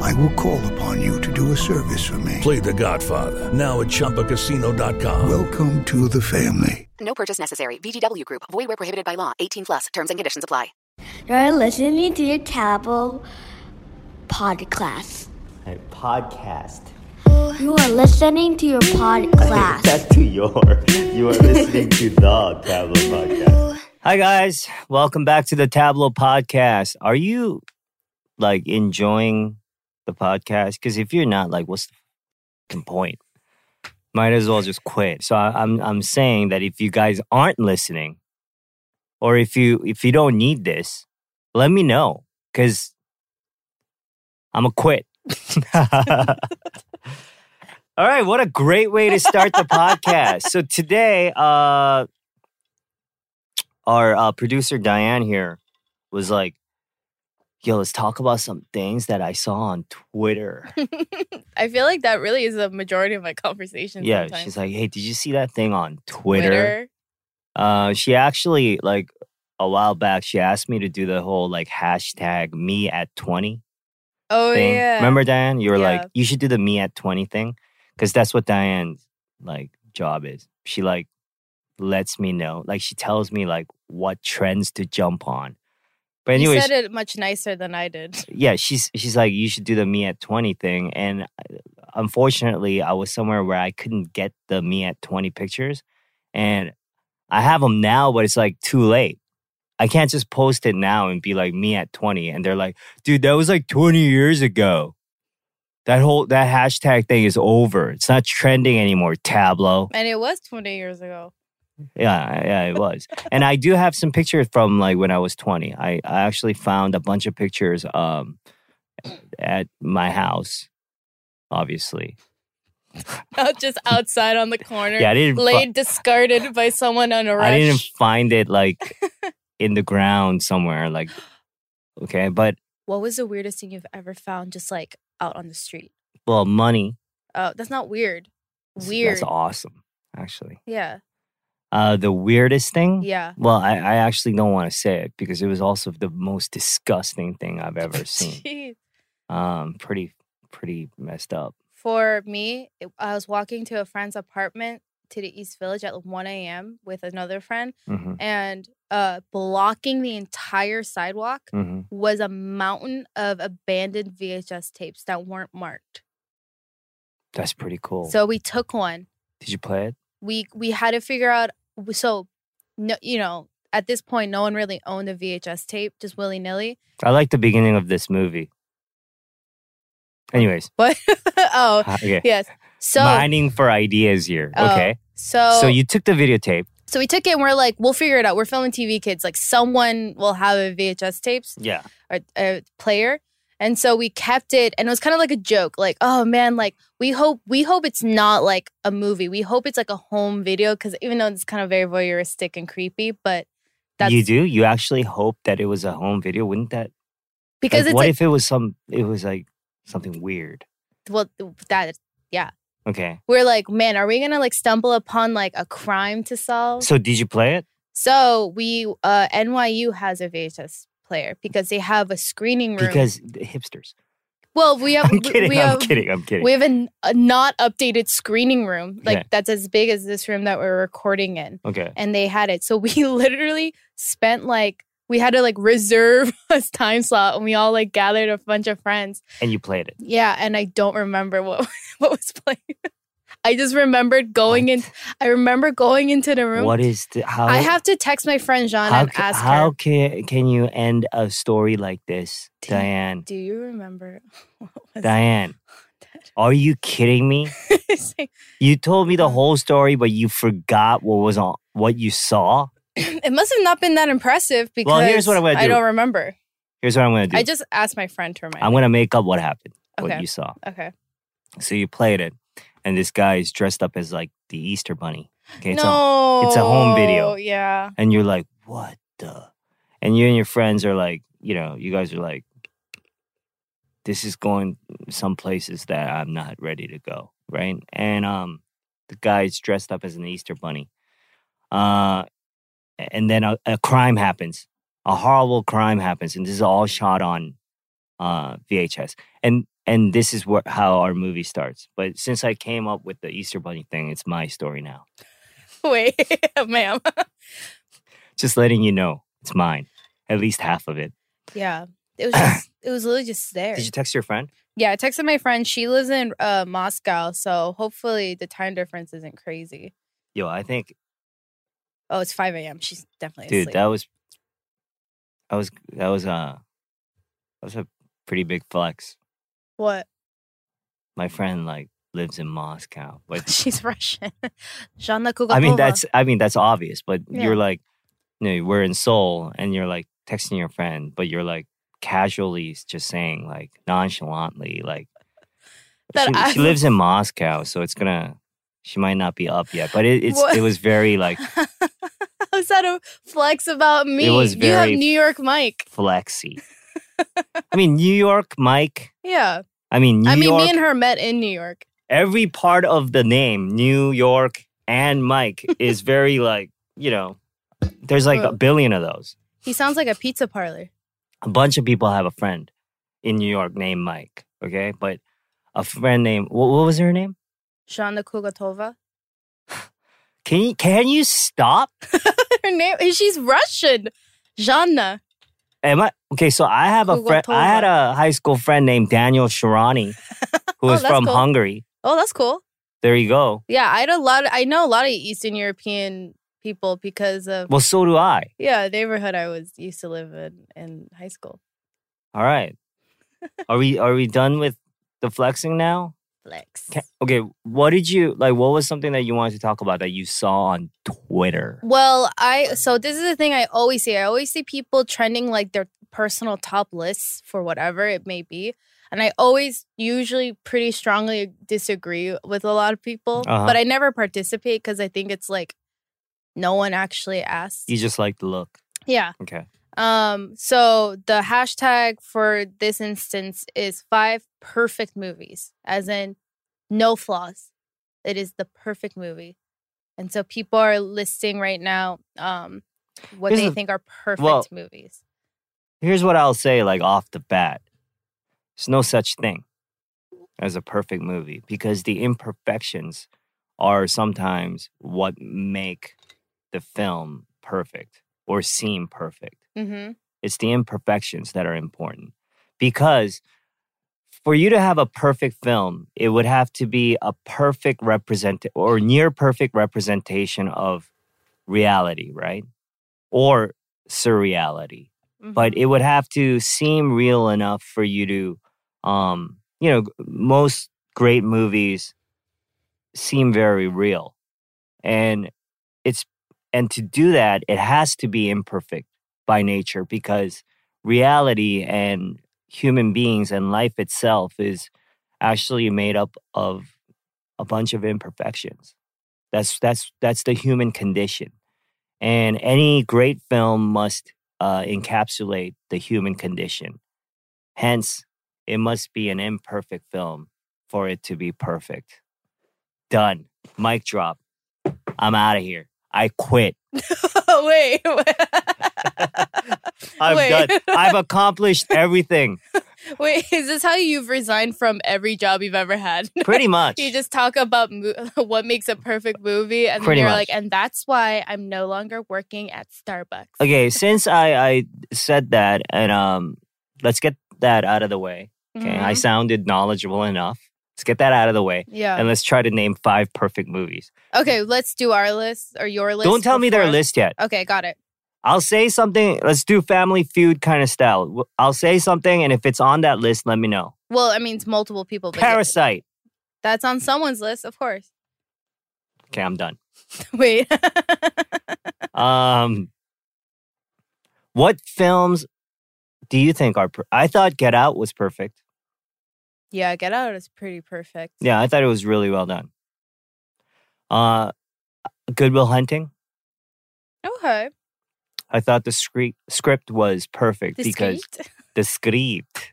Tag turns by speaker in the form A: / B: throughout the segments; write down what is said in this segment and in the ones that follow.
A: I will call upon you to do a service for me.
B: Play The Godfather now at ChumbaCasino.com.
A: Welcome to the family.
C: No purchase necessary. VGW Group. Void where prohibited by law. 18 plus. Terms and conditions apply.
D: You're listening to your terrible podcast.
E: Hey, podcast.
D: You are listening to your podcast.
E: Back to your. You are listening to the Tableau Podcast. Hi guys, welcome back to the Tableau Podcast. Are you like enjoying the podcast? Because if you're not, like, what's the fucking point? Might as well just quit. So I, I'm I'm saying that if you guys aren't listening, or if you if you don't need this, let me know because I'm a quit. All right, what a great way to start the podcast. So today, uh, our uh, producer Diane here was like, "Yo, let's talk about some things that I saw on Twitter."
F: I feel like that really is the majority of my conversations.
E: yeah,
F: sometimes.
E: she's like, "Hey, did you see that thing on Twitter?" Uh, she actually like a while back she asked me to do the whole like hashtag me at twenty.
F: Oh
E: thing.
F: yeah.
E: Remember, Diane, you were
F: Yeah.
E: like, you should do the me at 20 thing because that's what Diane's like job is. She like lets me know, like she tells me like what trends to jump on. But
F: you
E: anyways,
F: said it much nicer than I did.
E: yeah, she's she's like, you should do the me at 20 thing. And uh, unfortunately, I was somewhere where I couldn't get the me at 20 pictures. And I have them now, but it's like too late. I can't just post it now and be like me at 20. And they're like, dude, that was like 20 years ago. That whole that hashtag thing is over. It's not trending anymore, Tableau.
F: And it was 20 years ago.
E: Yeah, yeah, it was. and I do have some pictures from like when I was 20. I, I actually found a bunch of pictures um at my house, obviously.
F: Not just outside on the corner.
E: Yeah, I didn't. fi-
F: Laid discarded by someone on a rush.
E: I didn't find it like in the ground somewhere. Like, okay, but
F: what was the weirdest thing you've ever found just like out on the street?
E: well, money.
F: Oh, that's not weird.
E: is-
F: Weird.
E: That's awesome, actually.
F: Yeah.
E: Uh, the weirdest thing.
F: Yeah.
E: Well, I, I actually don't want to say it because it was also the most disgusting thing I've ever seen.
F: Jeez.
E: um, pretty, pretty messed up.
F: For me, it- I was walking to a friend's apartment to the East Village at 1 a.m. with another friend
E: hmm
F: and uh blocking the entire sidewalk
E: hmm
F: was a mountain of abandoned VHS tapes that weren't marked.
E: That's pretty cool.
F: So we took one.
E: did you play it?
F: We we had to figure out w- so no, you know, at this point no one really owned a VHS tape, just willy-nilly.
E: I like the beginning of this movie. Anyways,
F: But oh,
E: okay.
F: yes. So
E: Mining for ideas here.
F: Oh,
E: okay.
F: so
E: so you took the videotape.
F: so we took it and we're like, we'll figure it out. We're filming TV kids. Like someone will have a VHS tapes.
E: Yeah.
F: or a player. And so we kept it and it was kind of like a joke like oh man like we hope we hope it's not like a movie. We hope it's like a home video cuz even though it's kind of very voyeuristic and creepy but that's
E: you do? You actually hope that it was a home video, wouldn't that?
F: because
E: like,
F: it's
E: what
F: like
E: if it was some it was like something weird?
F: well that
E: Okay.
F: we're like man are we going to like stumble upon like a crime to solve?
E: So did you play it?
F: So we uh NYU has a VHS player because they have a screening room.
E: Because the hipsters.
F: well we have
E: I'm
F: we-
E: kidding,
F: we
E: I'm
F: have
E: kidding, I'm kidding.
F: We have an, a not updated screening room, like
E: Yeah.
F: that's as big as this room that we're recording in.
E: okay.
F: And they had it. So we literally spent like, we had to like reserve a time slot and we all like gathered a bunch of friends.
E: And you played it.
F: Yeah. And I don't remember what, what was playing. I just remembered going in. I remember going into the room.
E: What is the how
F: I have to text my friend Jean
E: how,
F: and
E: ca-
F: ask
E: how
F: her,
E: can can you end a story like this,
F: Do you-
E: Diane?
F: do you remember? what was
E: Diane,
F: that?"
E: are you kidding me?
F: It's like-
E: You told me the
F: Um,
E: whole story, but you forgot what was on what you saw.
F: it must have not been that impressive because
E: Well, here's what I'm gonna
F: I
E: do.
F: don't remember.
E: Here's what I'm gonna do.
F: I just asked my friend to remind
E: I'm
F: me.
E: gonna make up what happened, what
F: Okay.
E: you saw.
F: Okay.
E: So you played it, and this guy is dressed up as like the Easter Bunny. Okay, it's a,
F: no,
E: it's a home video.
F: Yeah,
E: and you're like, what the? And you and your friends are like, you know, you guys are like, this is going some places that I'm not ready to go, right? And um, the guy's dressed up as an Easter bunny. Uh, and then a, a crime happens, a horrible crime happens, and this is all shot on uh, VHS. And and this is what how our movie starts. But since I came up with the Easter bunny thing, it's my story now.
F: wait, ma'am.
E: Just letting you know, it's mine. At least half of it.
F: Yeah, it was just, it was literally just there.
E: Did you text your friend?
F: yeah, I texted my friend. She lives in uh, Moscow, so hopefully the time difference isn't crazy.
E: Yo, I think,
F: Oh, it's five a.m. She's definitely
E: dude,
F: asleep.
E: that was, that was, that was a, that was a pretty big flex.
F: what?
E: My friend like lives in Moscow, but
F: She's Russian. Жанна Kugakova.
E: I mean that's, I mean that's obvious. But
F: Yeah.
E: you're like, you know, we're in Seoul, and you're like texting your friend, but you're like casually just saying like nonchalantly like
F: That
E: she, she
F: I'm-
E: lives in Moscow, so it's gonna. She might not be up yet, but it, it's
F: What?
E: it was very like
F: How's that a flex about me?
E: was
F: you have
E: very-
F: New York Mike.
E: flexy. I mean, New York, Mike.
F: Yeah.
E: I mean, New
F: I mean,
E: York.
F: me and her met in New York.
E: every part of the name, New York and Mike, is very like, you know, there's like a
F: Whoa.
E: billion of those.
F: He sounds like a pizza parlor.
E: A bunch of people have a friend in New York named Mike, okay? But a friend named, what, what was her name?
F: Shanda Kugatova.
E: Can you, can you stop?
F: Her name she's Russian. Janna.
E: Am I okay? So I have a
F: Who
E: friend.
F: got told
E: I had a high school friend named Daniel Sharani, who
F: Oh,
E: was
F: that's
E: from
F: cool.
E: Hungary.
F: Oh, that's cool.
E: There you go.
F: Yeah, I had a lot I know a lot of Eastern European people because of
E: Well, so do I.
F: yeah, the neighborhood I was used to live in in high school.
E: All right. Are we are we done with the flexing now?
F: Flex.
E: Ca okay, what did you like what was something that you wanted to talk about that you saw on Twitter?
F: Well, I so this is the thing I always see. I always see people trending like their personal top lists for whatever it may be. And I always usually pretty strongly disagree with a lot of people,
E: Uh-huh.
F: but I never participate because I think it's like no one actually asks.
E: You just like the look.
F: yeah.
E: Okay.
F: Um so the hashtag for this instance is five perfect movies as in no flaws. It is the perfect movie. And so people are listing right now um what
E: Here's
F: they
E: the-
F: think are perfect
E: well-
F: movies.
E: Here's what I'll say like off the bat. There's no such thing as a perfect movie because the imperfections are sometimes what make the film perfect or seem perfect.
F: Mhm.
E: It's the imperfections that are important. Because for you to have a perfect film, it would have to be a perfect represent or near perfect representation of reality, right? Or surreality. But
F: mhm.
E: it would have to seem real enough for you to um, you know, most great movies seem very real. And it's and to do that, it has to be imperfect by nature because reality and human beings and life itself is actually made up of a bunch of imperfections. That's that's that's the human condition. And any great film must uh, encapsulate the human condition. Hence, it must be an imperfect film for it to be perfect. Done. Mic drop. I'm out of here. I quit.
F: wait.
E: I'm
F: Wait.
E: done. I've accomplished everything,
F: wait, is this how you've resigned from every job you've ever had?
E: pretty much.
F: You just talk about mo- what makes a perfect movie, and then
E: Pretty
F: you're
E: much.
F: like, and that's why I'm no longer working at Starbucks.
E: okay, since I, I said that, and um, let's get that out of the way. Okay, I
F: Mhm.
E: sounded knowledgeable enough. Let's get that out of the way,
F: yeah.
E: and let's try to name five perfect movies.
F: Okay, let's do our list or your list.
E: Don't tell me their
F: before-
E: list yet.
F: Okay, got it.
E: I'll say something. Let's do Family Feud kind of style. W- I'll say something, and if it's on that list, let me know.
F: Well, I mean, it's multiple people. But
E: Parasite.
F: That's on someone's list, of course.
E: Okay, I'm done.
F: Wait.
E: Um, what films do you think are? Per- I thought Get Out was perfect.
F: yeah, Get Out is pretty perfect.
E: Yeah, I thought it was really well done. Uh, Goodwill Hunting.
F: Okay.
E: I thought the scre- script was perfect
F: The
E: because
F: script.
E: the script.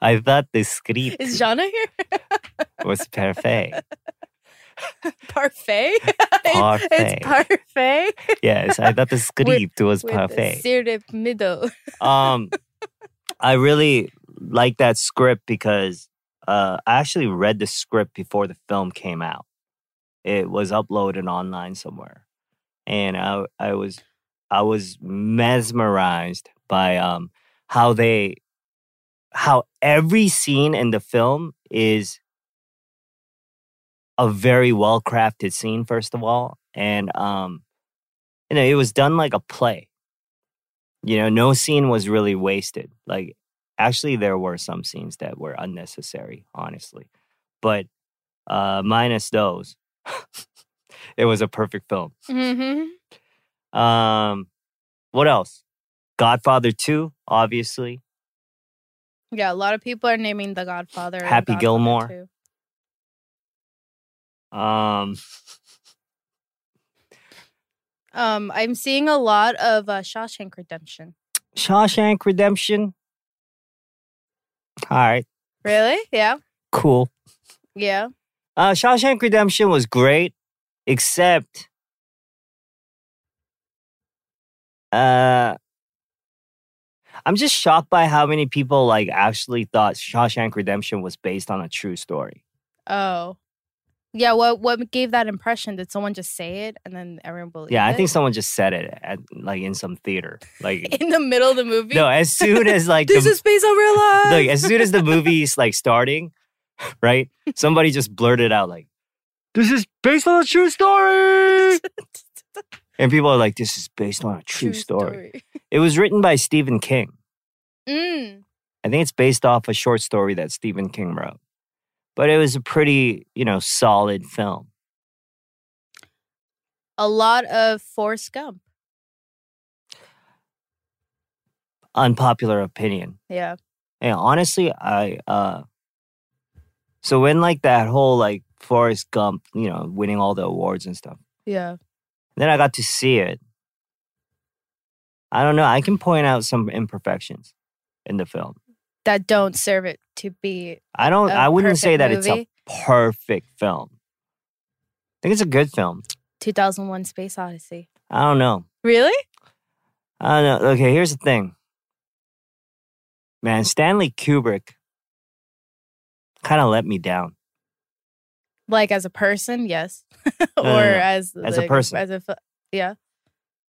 E: I thought the script
F: Is Jana here?
E: was perfect.
F: Parfait?
E: Parfait.
F: it's parfait.
E: yes, I thought the script was
F: With the
E: perfect.
F: syrup middle.
E: um i really like that script because uh i actually read the script before the film came out it was uploaded online somewhere and i i was i was mesmerized by um how they how every scene in the film is a very well crafted scene first of all and um you know it was done like a play you know no scene was really wasted like actually there were some scenes that were unnecessary honestly but uh minus those it was a perfect film
F: hmm
E: um what else godfather 2 obviously
F: Yeah, a lot of people are naming The Godfather. and
E: Happy
F: Godfather
E: Gilmore.
F: 2.
E: um
F: Um, I'm seeing a lot of uh, Shawshank Redemption.
E: shawshank redemption all right
F: Really? Yeah.
E: cool
F: Yeah.
E: Uh, Shawshank Redemption was great, except uh, I'm just shocked by how many people like actually thought Shawshank Redemption was based on a true story.
F: Oh. Yeah. What What gave that impression? Did someone just say it and then everyone believed?
E: Yeah, I
F: it?
E: think someone just said it at, like in some theater. Like
F: In the middle of the movie.
E: no, as soon as like
F: this
E: the,
F: is based on real life.
E: like as soon as the movie's like starting, right? Somebody just blurted out like, "This is based on a true story," and people are like, "This is based on a true, story. It was written by Stephen King.
F: Mm.
E: I think it's based off a short story that Stephen King wrote. But it was a pretty, you know, solid film.
F: A lot of Forrest Gump.
E: Unpopular opinion.
F: Yeah.
E: And honestly, I uh so when like that whole like Forrest Gump, you know, winning all the awards and stuff.
F: Yeah.
E: Then I got to see it. I don't know, I can point out some imperfections in the film.
F: That don't serve it to be.
E: I don't
F: A
E: I wouldn't say
F: perfect
E: that it's a
F: movie?
E: perfect film. I think it's a good film.
F: 2001 Space Odyssey.
E: I don't know.
F: Really?
E: I don't know. Okay, here's the thing. Man, Stanley Kubrick kind of let me down.
F: Like as a person, yes. or
E: no, no.
F: as
E: As a
F: like,
E: person.
F: As a fi- yeah.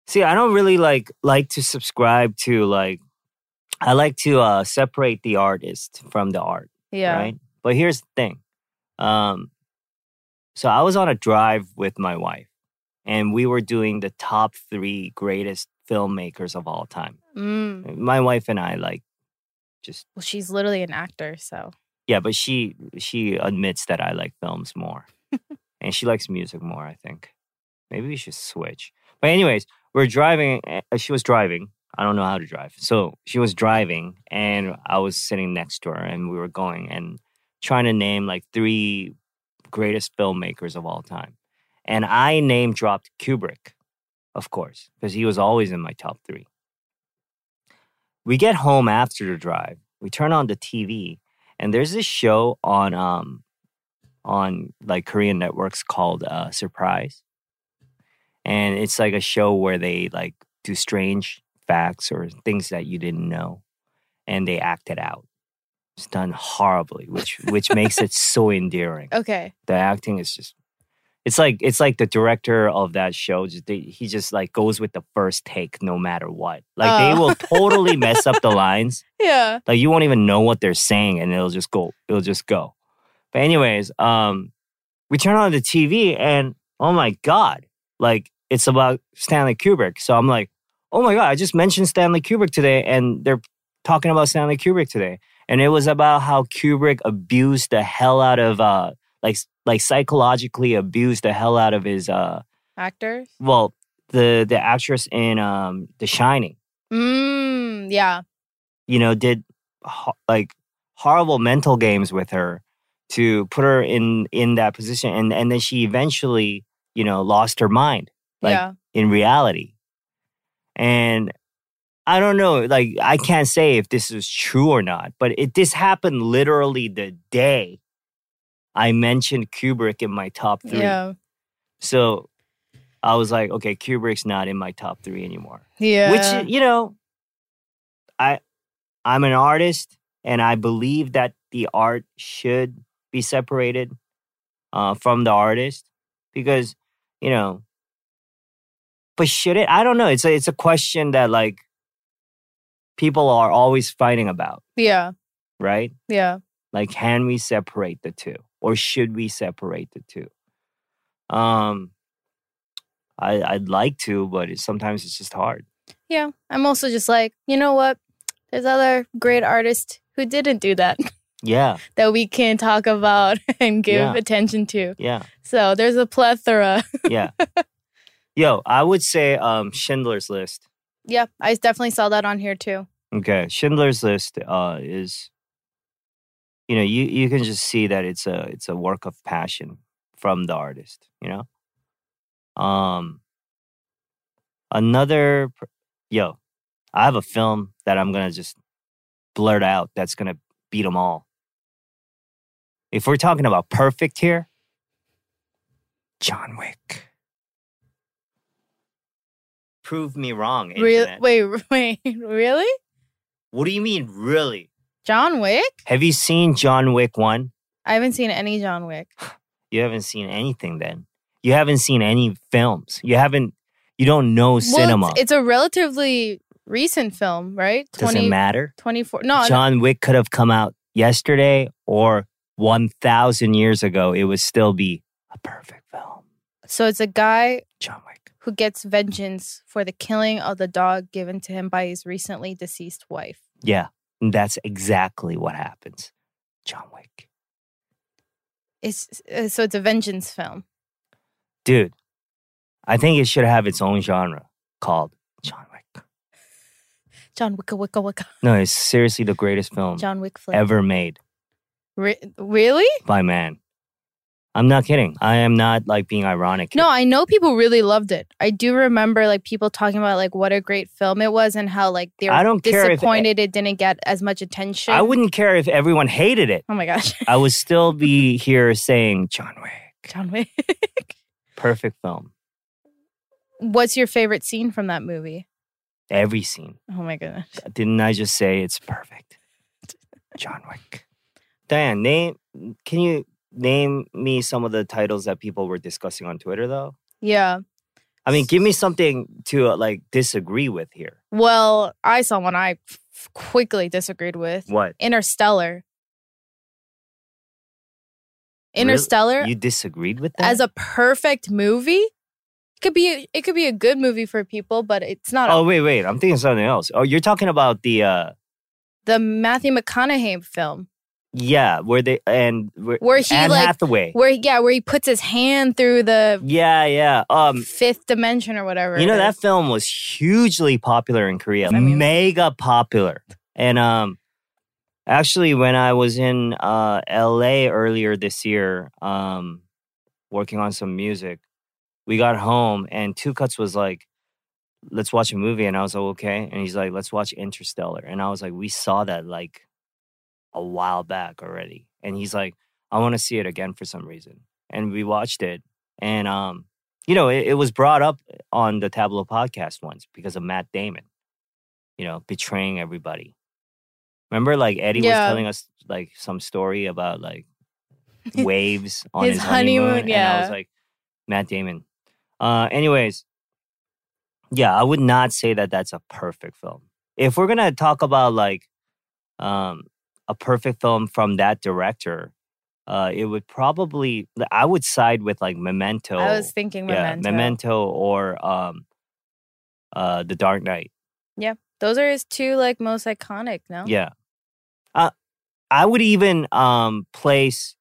E: See, I don't really like like to subscribe to like I like to uh separate the artist from the art,
F: Yeah.
E: right? But here's the thing. Um so I was on a drive with my wife and we were doing the top 3 greatest filmmakers of all time.
F: Mm.
E: My wife and I like just
F: Well, she's literally an actor, so
E: Yeah, but she she admits that I like films more, and she likes music more. I think maybe we should switch. But anyways, we're driving. uh, She was driving. I don't know how to drive, so she was driving, and I was sitting next to her, and we were going and trying to name like three greatest filmmakers of all time, and I name dropped Kubrick, of course, because he was always in my top three. We get home after the drive. We turn on the TV, and there's this show on um on like Korean networks called uh, Surprise, and it's like a show where they like do strange facts or things that you didn't know, and they act it out. It's done horribly, which which makes it so endearing.
F: okay.
E: The acting is just. It's like it's like the director of that show. Just they, he just like goes with the first take, no matter what. Like they
F: Oh.
E: will totally mess up the lines,
F: Yeah.
E: like you won't even know what they're saying and it'll just go it'll just go but anyways um we turn on the tv and oh my god like it's about stanley kubrick so i'm like oh my god i just mentioned stanley kubrick today and they're talking about stanley kubrick today and it was about how kubrick abused the hell out of uh like like psychologically abused the hell out of his uh
F: Actors.
E: well the the actress in um the shining
F: Mm, yeah.
E: you know, did ho- like horrible mental games with her to put her in in that position, and and then she eventually you know, lost her mind Like,
F: yeah.
E: in reality. And I don't know, like I can't say if this is true or not, but it this happened literally the day I mentioned Kubrick in my top 3.
F: Yeah.
E: So I was like, okay, Kubrick's not in my top 3 anymore.
F: Yeah.
E: Which you know, I I'm an artist and I believe that the art should be separated uh, from the artist because you know. But should it? I don't know. It's a it's a question that like people are always fighting about,
F: yeah.
E: right?
F: Yeah.
E: Like, can we separate the two, or should we separate the two? Um, I I'd like to, but it, sometimes it's just hard.
F: Yeah. I'm also just like, you know what? There's other great artists who didn't do that
E: Yeah,
F: that we can talk about and give
E: Yeah.
F: attention to.
E: yeah,
F: So there's a plethora.
E: yeah. Yo, I would say um Schindler's List.
F: Yeah, I definitely saw that on here too.
E: Okay, Schindler's List uh is you know, you you can just see that it's a it's a work of passion from the artist, you know? Um another pr- yo, I have a film that I'm going to just blurt out that's going to beat them all. If we're talking about perfect here, John Wick. Prove me wrong.
F: Re-
E: internet.
F: wait, wait, really?
E: What do you mean, really?
F: John Wick?
E: Have you seen John Wick 1?
F: I haven't seen any John Wick.
E: You haven't seen anything then. You haven't seen any films. You haven't, you don't know cinema.
F: Well, it's, it's a relatively recent film, right?
E: Doesn't matter.
F: 24. No, no,
E: John Wick could have come out yesterday or 1,000 years ago. It would still be a perfect film.
F: so it's a guy
E: John Wick.
F: who gets vengeance for the killing of the dog given to him by his recently deceased wife.
E: Yeah, and that's exactly what happens. John Wick.
F: It's uh, so it's a vengeance film.
E: Dude, I think it should have its own genre called John Wick.
F: John Wicka Wicka Wicka.
E: No, it's seriously the greatest film
F: John Wick flick.
E: ever made.
F: Re- really?
E: by man. I'm not kidding. I am not like being ironic.
F: No, I know people really loved it. I do remember like people talking about like what a great film it was and how like they were
E: I don't care if-
F: disappointed it didn't get as much attention.
E: I wouldn't care if everyone hated it.
F: Oh my gosh,
E: I would still be here saying John Wick,
F: John Wick.
E: perfect film.
F: What's your favorite scene from that movie?
E: Every scene.
F: Oh my goodness.
E: Didn't I just say it's perfect? John Wick. Diane, name. Can you name me some of the titles that people were discussing on Twitter though?
F: Yeah.
E: I mean, give me something to uh, like disagree with here.
F: Well, I saw one I f- quickly disagreed with.
E: What?
F: Interstellar. Interstellar
E: You disagreed with that?
F: as a perfect movie. It could be it could be a good movie for people, but it's not.
E: Oh wait, wait. I'm thinking something else. Oh, you're talking about the uh
F: the Matthew McConaughey film
E: Yeah, where they and where,
F: Where he,
E: Anne
F: like-
E: Hathaway.
F: where yeah where he puts his hand through the
E: yeah, yeah. Um,
F: fifth dimension or whatever.
E: you know
F: it
E: that
F: is.
E: film was hugely popular in Korea,
F: I mean-
E: mega popular. And um, actually, when I was in uh L.A. earlier this year, um, working on some music, we got home and Two Cuts was like. Let's watch a movie, and I was like, okay. And he's like, let's watch Interstellar, and I was like, we saw that like a while back already. And he's like, I want to see it again for some reason, and we watched it, and um, you know, it, it was brought up eh, on the Tableau podcast once because of Matt Damon, you know, betraying everybody. Remember, like Eddie
F: Yeah.
E: was telling us like some story about like waves on
F: His
E: his, honeymoon.
F: honeymoon,
E: and I
F: yeah.
E: was like, Matt Damon. Uh, anyways, yeah, I would not say that that's a perfect film. If we're gonna talk about like um, a perfect film from that director, uh, it would probably I would side with like Memento
F: I was thinking Memento.
E: or um, uh, The Dark Knight.
F: Those are his two like most iconic. No.
E: Yeah, uh, I would even um place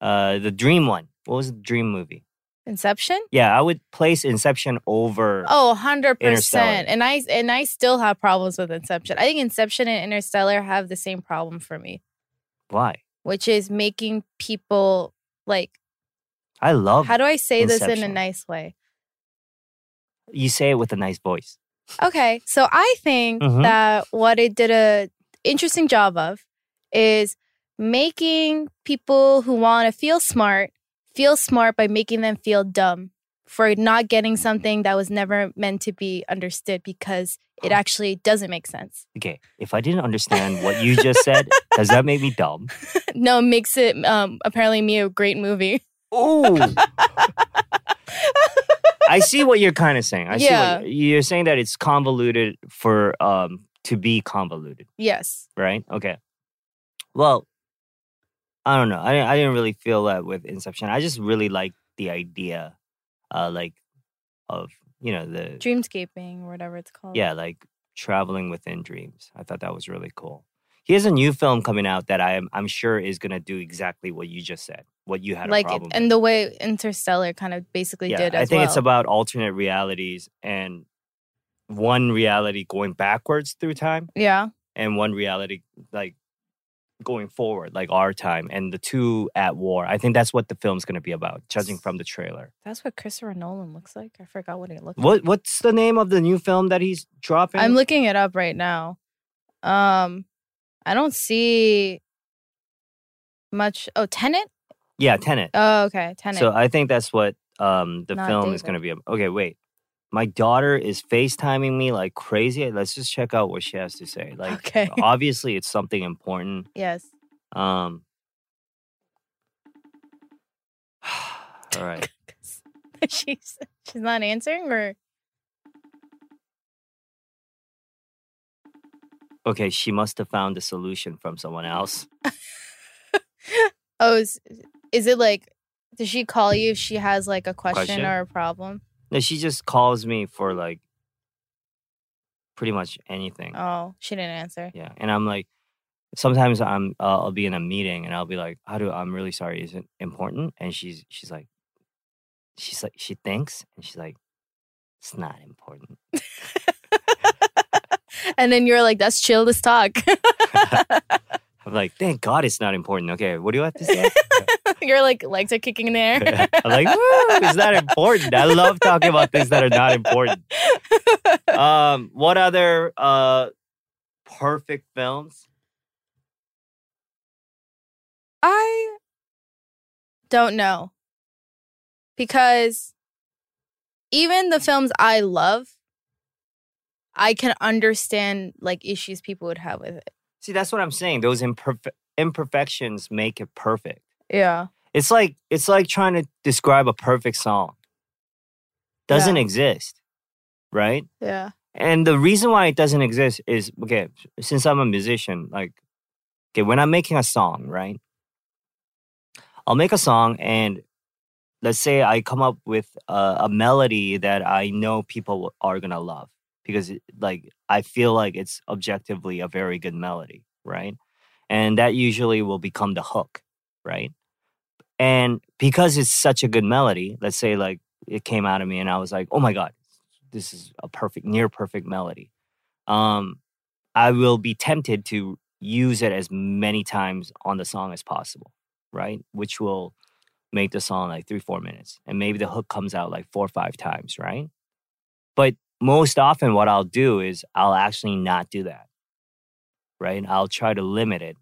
E: uh the Dream one. What was the Dream movie?
F: Inception.
E: Yeah, I would place Inception over.
F: Oh, 100%.
E: Interstellar.
F: And I and I still have problems with Inception. I think Inception and Interstellar have the same problem for me,
E: Why?
F: which is making people like
E: I love
F: How do I say this in a
E: Inception. nice
F: nice way?
E: you say it with a nice voice.
F: Okay, so I think
E: Mhm.
F: that what it did a interesting job of is making people who want to feel smart feel smart by making them feel dumb for not getting something that was never meant to be understood because it actually doesn't make sense.
E: Okay, if I didn't understand what you just said, does that make me dumb?
F: no, it makes it um, apparently me a great movie.
E: Ooh. I see what you're kind of saying. I
F: Yeah.
E: see what you're, you're saying that it's convoluted for um to be convoluted,
F: Yes.
E: right? Okay. Well, I don't know. I didn't- I didn't really feel that with Inception. I just really like the idea, uh, like of you know the
F: Dreamscaping, or whatever it's called.
E: yeah, like traveling within dreams. I thought that was really cool. He has a new film coming out that I am I'm sure is gonna do exactly what you just said, what you had a
F: Like, it,
E: problem. with.
F: and the way Interstellar kind of basically did
E: I
F: as
E: think
F: well.
E: it's about alternate realities and one reality going backwards through time
F: yeah.
E: and one reality like going forward, like our time, and the two at war. I think that's what the film's gonna be about, judging from the trailer.
F: That's what Christopher Nolan looks like. I forgot what he looked like.
E: What what's the name of the new film that he's dropping?
F: I'm looking it up right now. Um, I don't see much. Oh, Tenet.
E: yeah, Tenet.
F: Oh, okay, Tenet.
E: So I think that's what um, the
F: Not
E: film is going to
F: David.
E: be. ab- Okay, wait. My daughter is FaceTiming me like crazy. Let's just check out what she has to say. Like,
F: Okay.
E: obviously, it's something important.
F: yes.
E: Um, all right.
F: she's she's not answering, or
E: Okay, she must have found a solution from someone else.
F: oh, is, is it like? Does she call you if she has like a question,
E: Question?
F: or a problem?
E: No, she just calls me for like pretty much anything.
F: Oh, she didn't answer.
E: Yeah, and I'm like, sometimes I'm uh, I'll be in a meeting and I'll be like, "How do I'm really sorry? Is it important?" And she's she's like, she's like she thinks and she's like, "It's not important."
F: and then you're like, "That's chill. Let's talk."
E: I'm like, "Thank God it's not important." Okay, what do you have to say?
F: you're like, legs are kicking in the air.
E: I'm like, "Woo, "It's not important." I love talking about things that are not important. Um, what other uh perfect films?
F: I don't know. Because even the films I love, I can understand like issues people would have with it.
E: See, that's what I'm saying. Those imperfe- imperfections make it perfect.
F: Yeah.
E: It's like it's like trying to describe a perfect song. Doesn't
F: Yeah.
E: exist, right?
F: Yeah.
E: And the reason why it doesn't exist is okay. Since I'm a musician, like okay, when I'm making a song, right? I'll make a song, and let's say I come up with a, a melody that I know people are gonna love because it, like I feel like it's objectively a very good melody, right? And that usually will become the hook, right? And because it's such a good melody, let's say like it came out of me and I was like, oh my God, this is a perfect, near perfect melody. Um, I will be tempted to use it as many times on the song as possible, right? Which will make the song like three, four minutes. And maybe the hook comes out like four or five times, right? But most often, what I'll do is I'll actually not do that, right? I'll try to limit it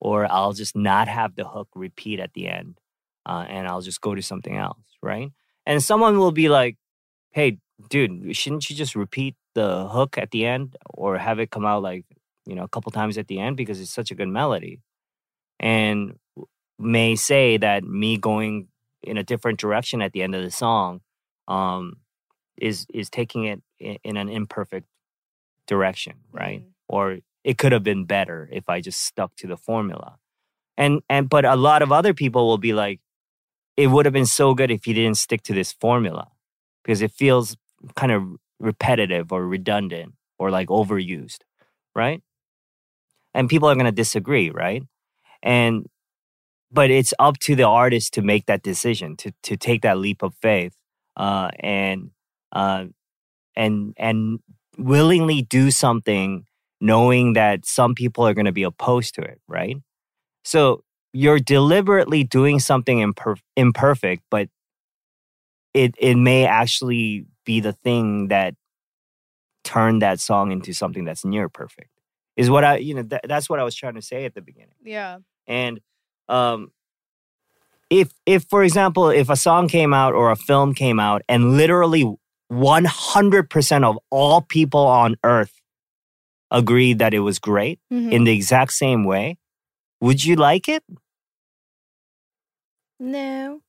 E: or I'll just not have the hook repeat at the end uh, and I'll just go to something else, right? And someone will be like, hey, dude, shouldn't you just repeat the hook at the end or have it come out like, you know, a couple times at the end because it's such a good melody? And w- may say that me going in a different direction at the end of the song um, is is taking it in, in an imperfect direction, right?
F: Mhm.
E: Or it could have been better if I just stuck to the formula. And and but a lot of other people will be like, it would have been so good if you didn't stick to this formula because it feels kind of repetitive or redundant or like overused, right? And people are going to disagree, right? And but it's up to the artist to make that decision to to take that leap of faith uh, and uh, and and willingly do something knowing that some people are going to be opposed to it, right? So you're deliberately doing something imper- imperfect, but it it may actually be the thing that turned that song into something that's near perfect. Is what I you know tha- that's what I was trying to say at the beginning.
F: Yeah.
E: And um, if if for example, if a song came out or a film came out, and literally 100% of all people on Earth agreed that it was great
F: Mhm.
E: in the exact same way, would you like it?
F: no.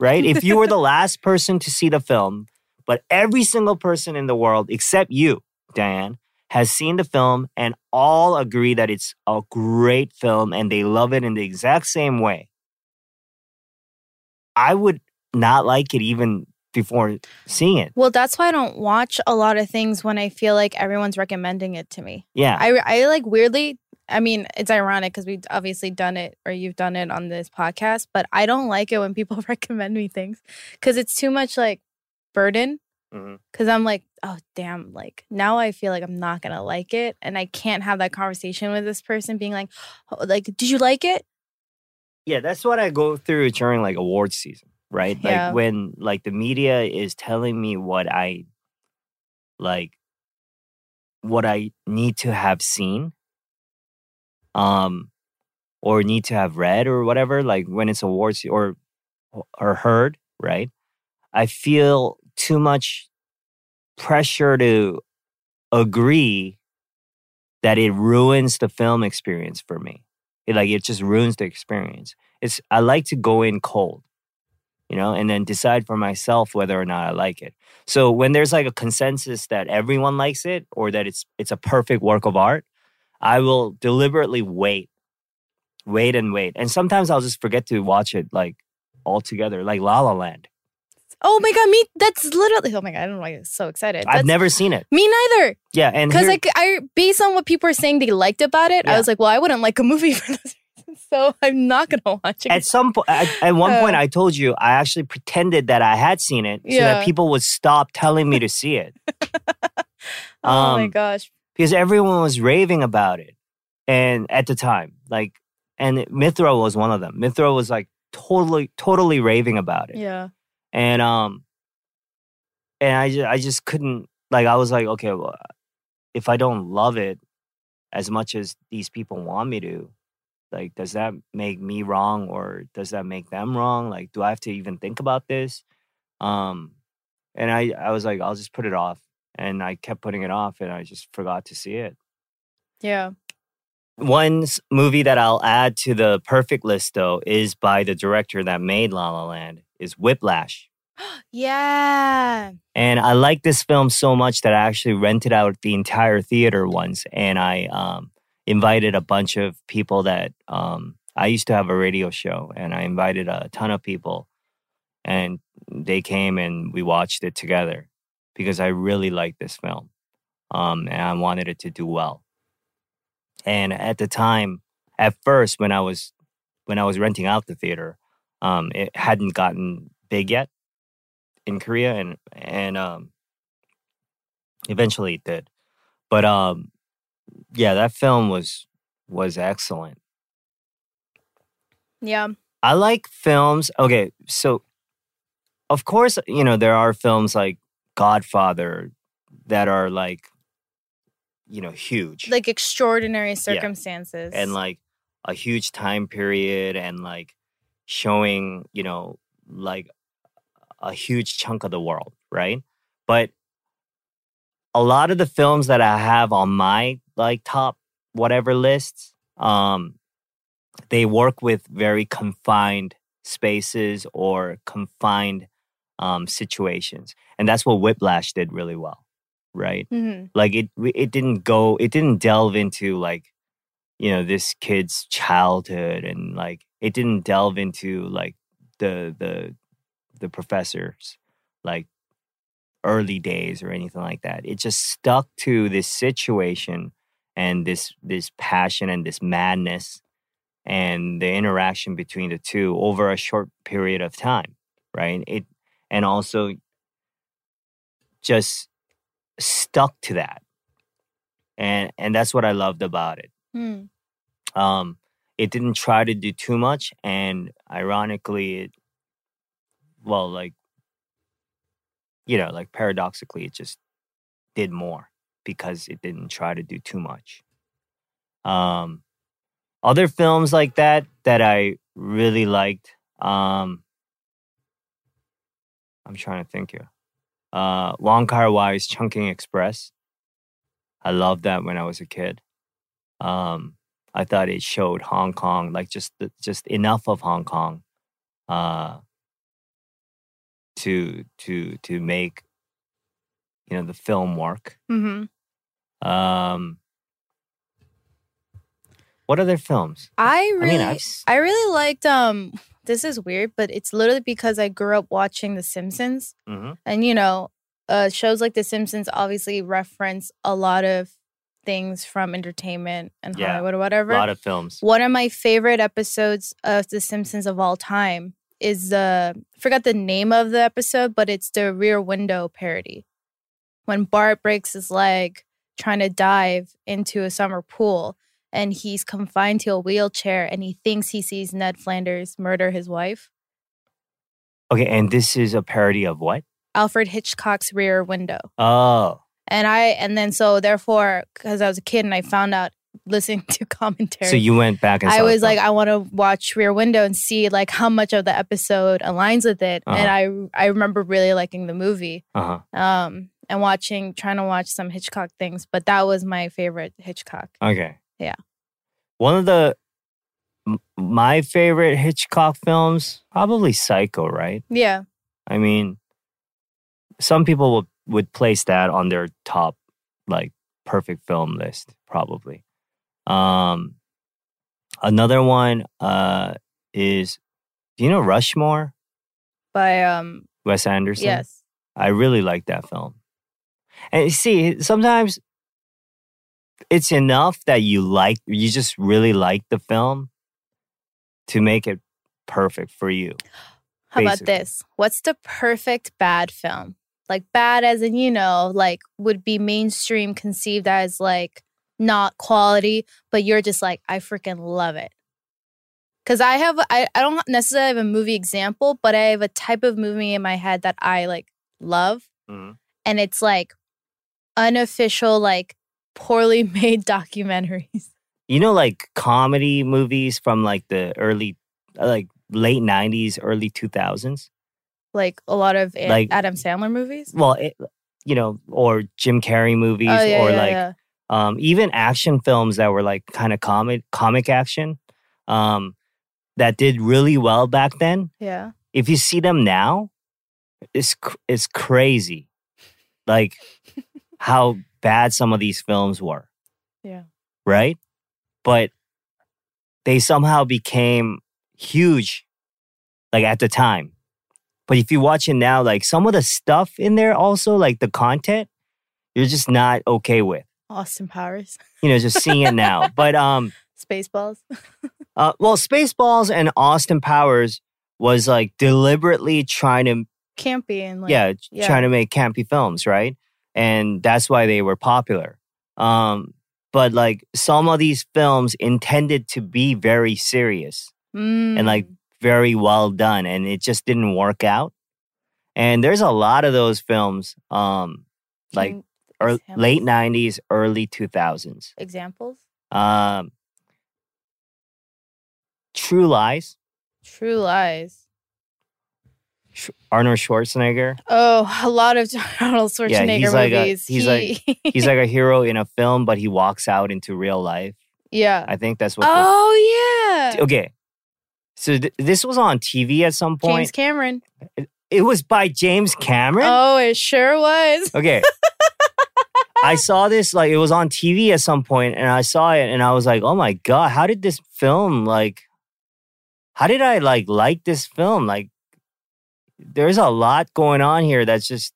E: Right? if you were the last person to see the film, but every single person in the world except you, Diane, has seen the film and all agree that it's a great film and they love it in the exact same way. I would not like it even before seeing it.
F: Well, that's why I don't watch a lot of things when I feel like everyone's recommending it to me.
E: Yeah.
F: I, I like weirdly, I mean, it's ironic because we've obviously done it or you've done it on this podcast, but I don't like it when people recommend me things because it's too much like burden.
E: Mhm.
F: Because I'm like, oh, damn, like now I feel like I'm not going to like it. And I can't have that conversation with this person being like, oh, like, did you like it?
E: Yeah, that's what I go through during like awards season, right?
F: Yeah.
E: Like when like the media is telling me what I like what I need to have seen um or need to have read or whatever, like when it's awards or or heard, right? I feel too much pressure to agree that it ruins the film experience for me. It, like it just ruins the experience. It's I like to go in cold, you know, and then decide for myself whether or not I like it. So when there's like a consensus that everyone likes it or that it's it's a perfect work of art, I will deliberately wait, wait and wait, and sometimes I'll just forget to watch it like altogether, like La La Land.
F: Oh my God, me, that's literally, oh my God, I don't know why I'm so excited.
E: I've
F: That's-
E: never seen it.
F: me neither.
E: Yeah, and
F: Because
E: here-
F: like I, based on what people are saying they liked about it, I
E: Yeah.
F: was like, well, I wouldn't like a movie for this reason, so I'm not gonna watch it.
E: at some point, at, at one
F: Uh.
E: point, I told you I actually pretended that I had seen it so
F: Yeah.
E: that people would stop telling me to see it.
F: oh my
E: um,
F: gosh,
E: because everyone was raving about it and at the time like and mithra was one of them mithra was like totally totally raving about it
F: yeah,
E: and um and i just i just couldn't like i was like okay well if i don't love it as much as these people want me to like does that make me wrong or does that make them wrong like do i have to even think about this um and i i was like i'll just put it off and i kept putting it off and i just forgot to see it
F: yeah.
E: one s- movie that I'll add to the perfect list, though, is by the director that made La La Land, is Whiplash.
F: Yeah.
E: And I like this film so much that I actually rented out the entire theater once, and I um, invited a bunch of people that um, I used to have a radio show, and I invited a ton of people, and they came and we watched it together because I really liked this film, um, and I wanted it to do well. And at the time, at first, when I was when I was renting out the theater, um, it hadn't gotten big yet in Korea and and um eventually it did. But um yeah, that film was was excellent.
F: Yeah.
E: I like films. Okay, so of course, you know, there are films like Godfather that are like you know, huge.
F: Like extraordinary circumstances.
E: and like a huge time period and like showing you know like a huge chunk of the world right but a lot of the films that i have on my like top whatever lists um they work with very confined spaces or confined um situations and that's what whiplash did really well right
F: Mhm.
E: like it it didn't go it didn't delve into like you know this kid's childhood and like it didn't delve into like the the the professor's like early days or anything like that it just stuck to this situation and this this passion and this madness and the interaction between the two over a short period of time right it and also just stuck to that and and that's what i loved about it
F: Mm.
E: um it didn't try to do too much and ironically it well like you know, like paradoxically, it just did more because it didn't try to do too much. Um, other films like that that I really liked. Um, I'm trying to think here. Uh, Wong Kar Wai's Chunking Express. I loved that when I was a kid. Um, I thought it showed Hong Kong, like just the, just enough of Hong Kong, uh, to to to make you know the film work.
F: Mm-hmm.
E: Um, what other films?
F: I really,
E: I mean,
F: I,
E: I've s-
F: really liked. Um, this is weird, but it's literally because I grew up watching The Simpsons,
E: Mhm.
F: and you know, uh, shows like The Simpsons obviously reference a lot of things from entertainment and
E: Yeah.
F: Hollywood or
E: a
F: whatever.
E: lot of films.
F: One of my favorite episodes of The Simpsons of all time is the forgot the name of the episode, but it's the Rear Window parody. When Bart breaks his leg trying to dive into a summer pool and he's confined to a wheelchair and he thinks he sees Ned Flanders murder his wife.
E: Okay, and this is a parody of what?
F: Alfred Hitchcock's Rear Window.
E: Oh,
F: And I and then so therefore cuz I was a kid and I found out listening to commentary.
E: so you went back and saw
F: I
E: the
F: was like,
E: film.
F: I want to watch Rear Window and see like how much of the episode aligns with it. And I I remember really liking the movie
E: uh-huh.
F: um, and watching trying to watch some Hitchcock things, but that was my favorite Hitchcock.
E: Okay.
F: Yeah.
E: One of the m- my favorite Hitchcock films, probably Psycho, right?
F: Yeah,
E: I mean, some people would would place that on their top like perfect film list, probably. Um another one uh is do you know Rushmore?
F: by um,
E: Wes Anderson?
F: yes,
E: I really like that film. And you see, sometimes it's enough that you like, you just really like the film to make it perfect for you.
F: how about
E: basically.
F: this? What's the perfect bad film? Like bad as in you know, like would be mainstream conceived as like not quality, but you're just like I freaking love it. Cause I have I, I don't necessarily have a movie example, but I have a type of movie in my head that I like love.
E: Mhm.
F: And it's like unofficial, like poorly made documentaries.
E: You know, like comedy movies from like the early, uh, like late 90s, early 2000s?
F: Like a lot of An-
E: Like-
F: Adam Sandler movies. Oh,
E: Well, it, you know, or Jim Carrey movies, or like um, even action films that were like kind of comic comic action um, that did really well back then.
F: yeah.
E: if you see them now, it's cr- it's crazy, like how bad some of these films were.
F: Yeah.
E: Right, but they somehow became huge, like at the time. But if you watch it now, like some of the stuff in there, also like the content, you're just not okay with.
F: Austin Powers.
E: You know, just seeing it now. But um,
F: Spaceballs.
E: uh, well, Spaceballs and Austin Powers was like deliberately trying to
F: campy and like
E: yeah,
F: yeah.
E: trying to make campy films, right? And that's why they were popular. Um, but like some of these films intended to be very serious and like
F: Mm,
E: very well done, and it just didn't work out. And there's a lot of those films, um, like
F: can-
E: ear
F: examples?
E: late '90s, early 2000s.
F: examples
E: Um, True Lies,
F: true lies
E: Arnold Schwarzenegger.
F: oh a lot of arnold schwarzenegger
E: Yeah, he's like a-
F: movies
E: he's
F: He-
E: He's like a hero in a film, but he walks out into real life.
F: yeah
E: I think that's what. the-
F: oh yeah
E: okay. So th- this was on TV at some
F: james
E: point.
F: cameron
E: it was by James Cameron.
F: oh it sure was
E: Okay. I saw this like it was on TV at some point and I saw it and I was like, "Oh my god, how did this film like how did I like like this film? Like there's a lot going on here that's just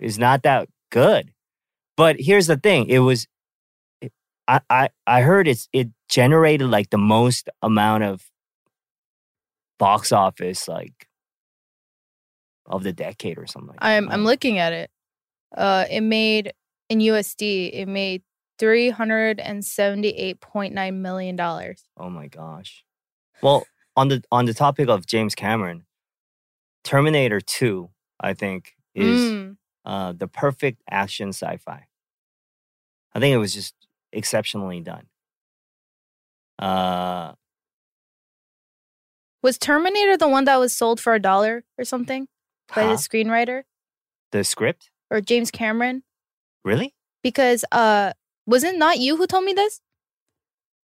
E: is not that good." But here's the thing, it was I I I heard it's it generated like the most amount of box office like of the decade or something. like that.
F: i'm
E: Like,
F: i'm looking at it uh it made in usd it made 378.9 million dollars
E: Oh my gosh. Well, on the on the topic of James Cameron, Terminator 2, I think is
F: Mm.
E: uh, the perfect action sci-fi. I think it was just exceptionally done. Uh,
F: Was Terminator the one that was sold for a dollar or something by
E: huh?
F: the screenwriter
E: the script,
F: or James Cameron?
E: really?
F: Because uh, was it not you who told me this?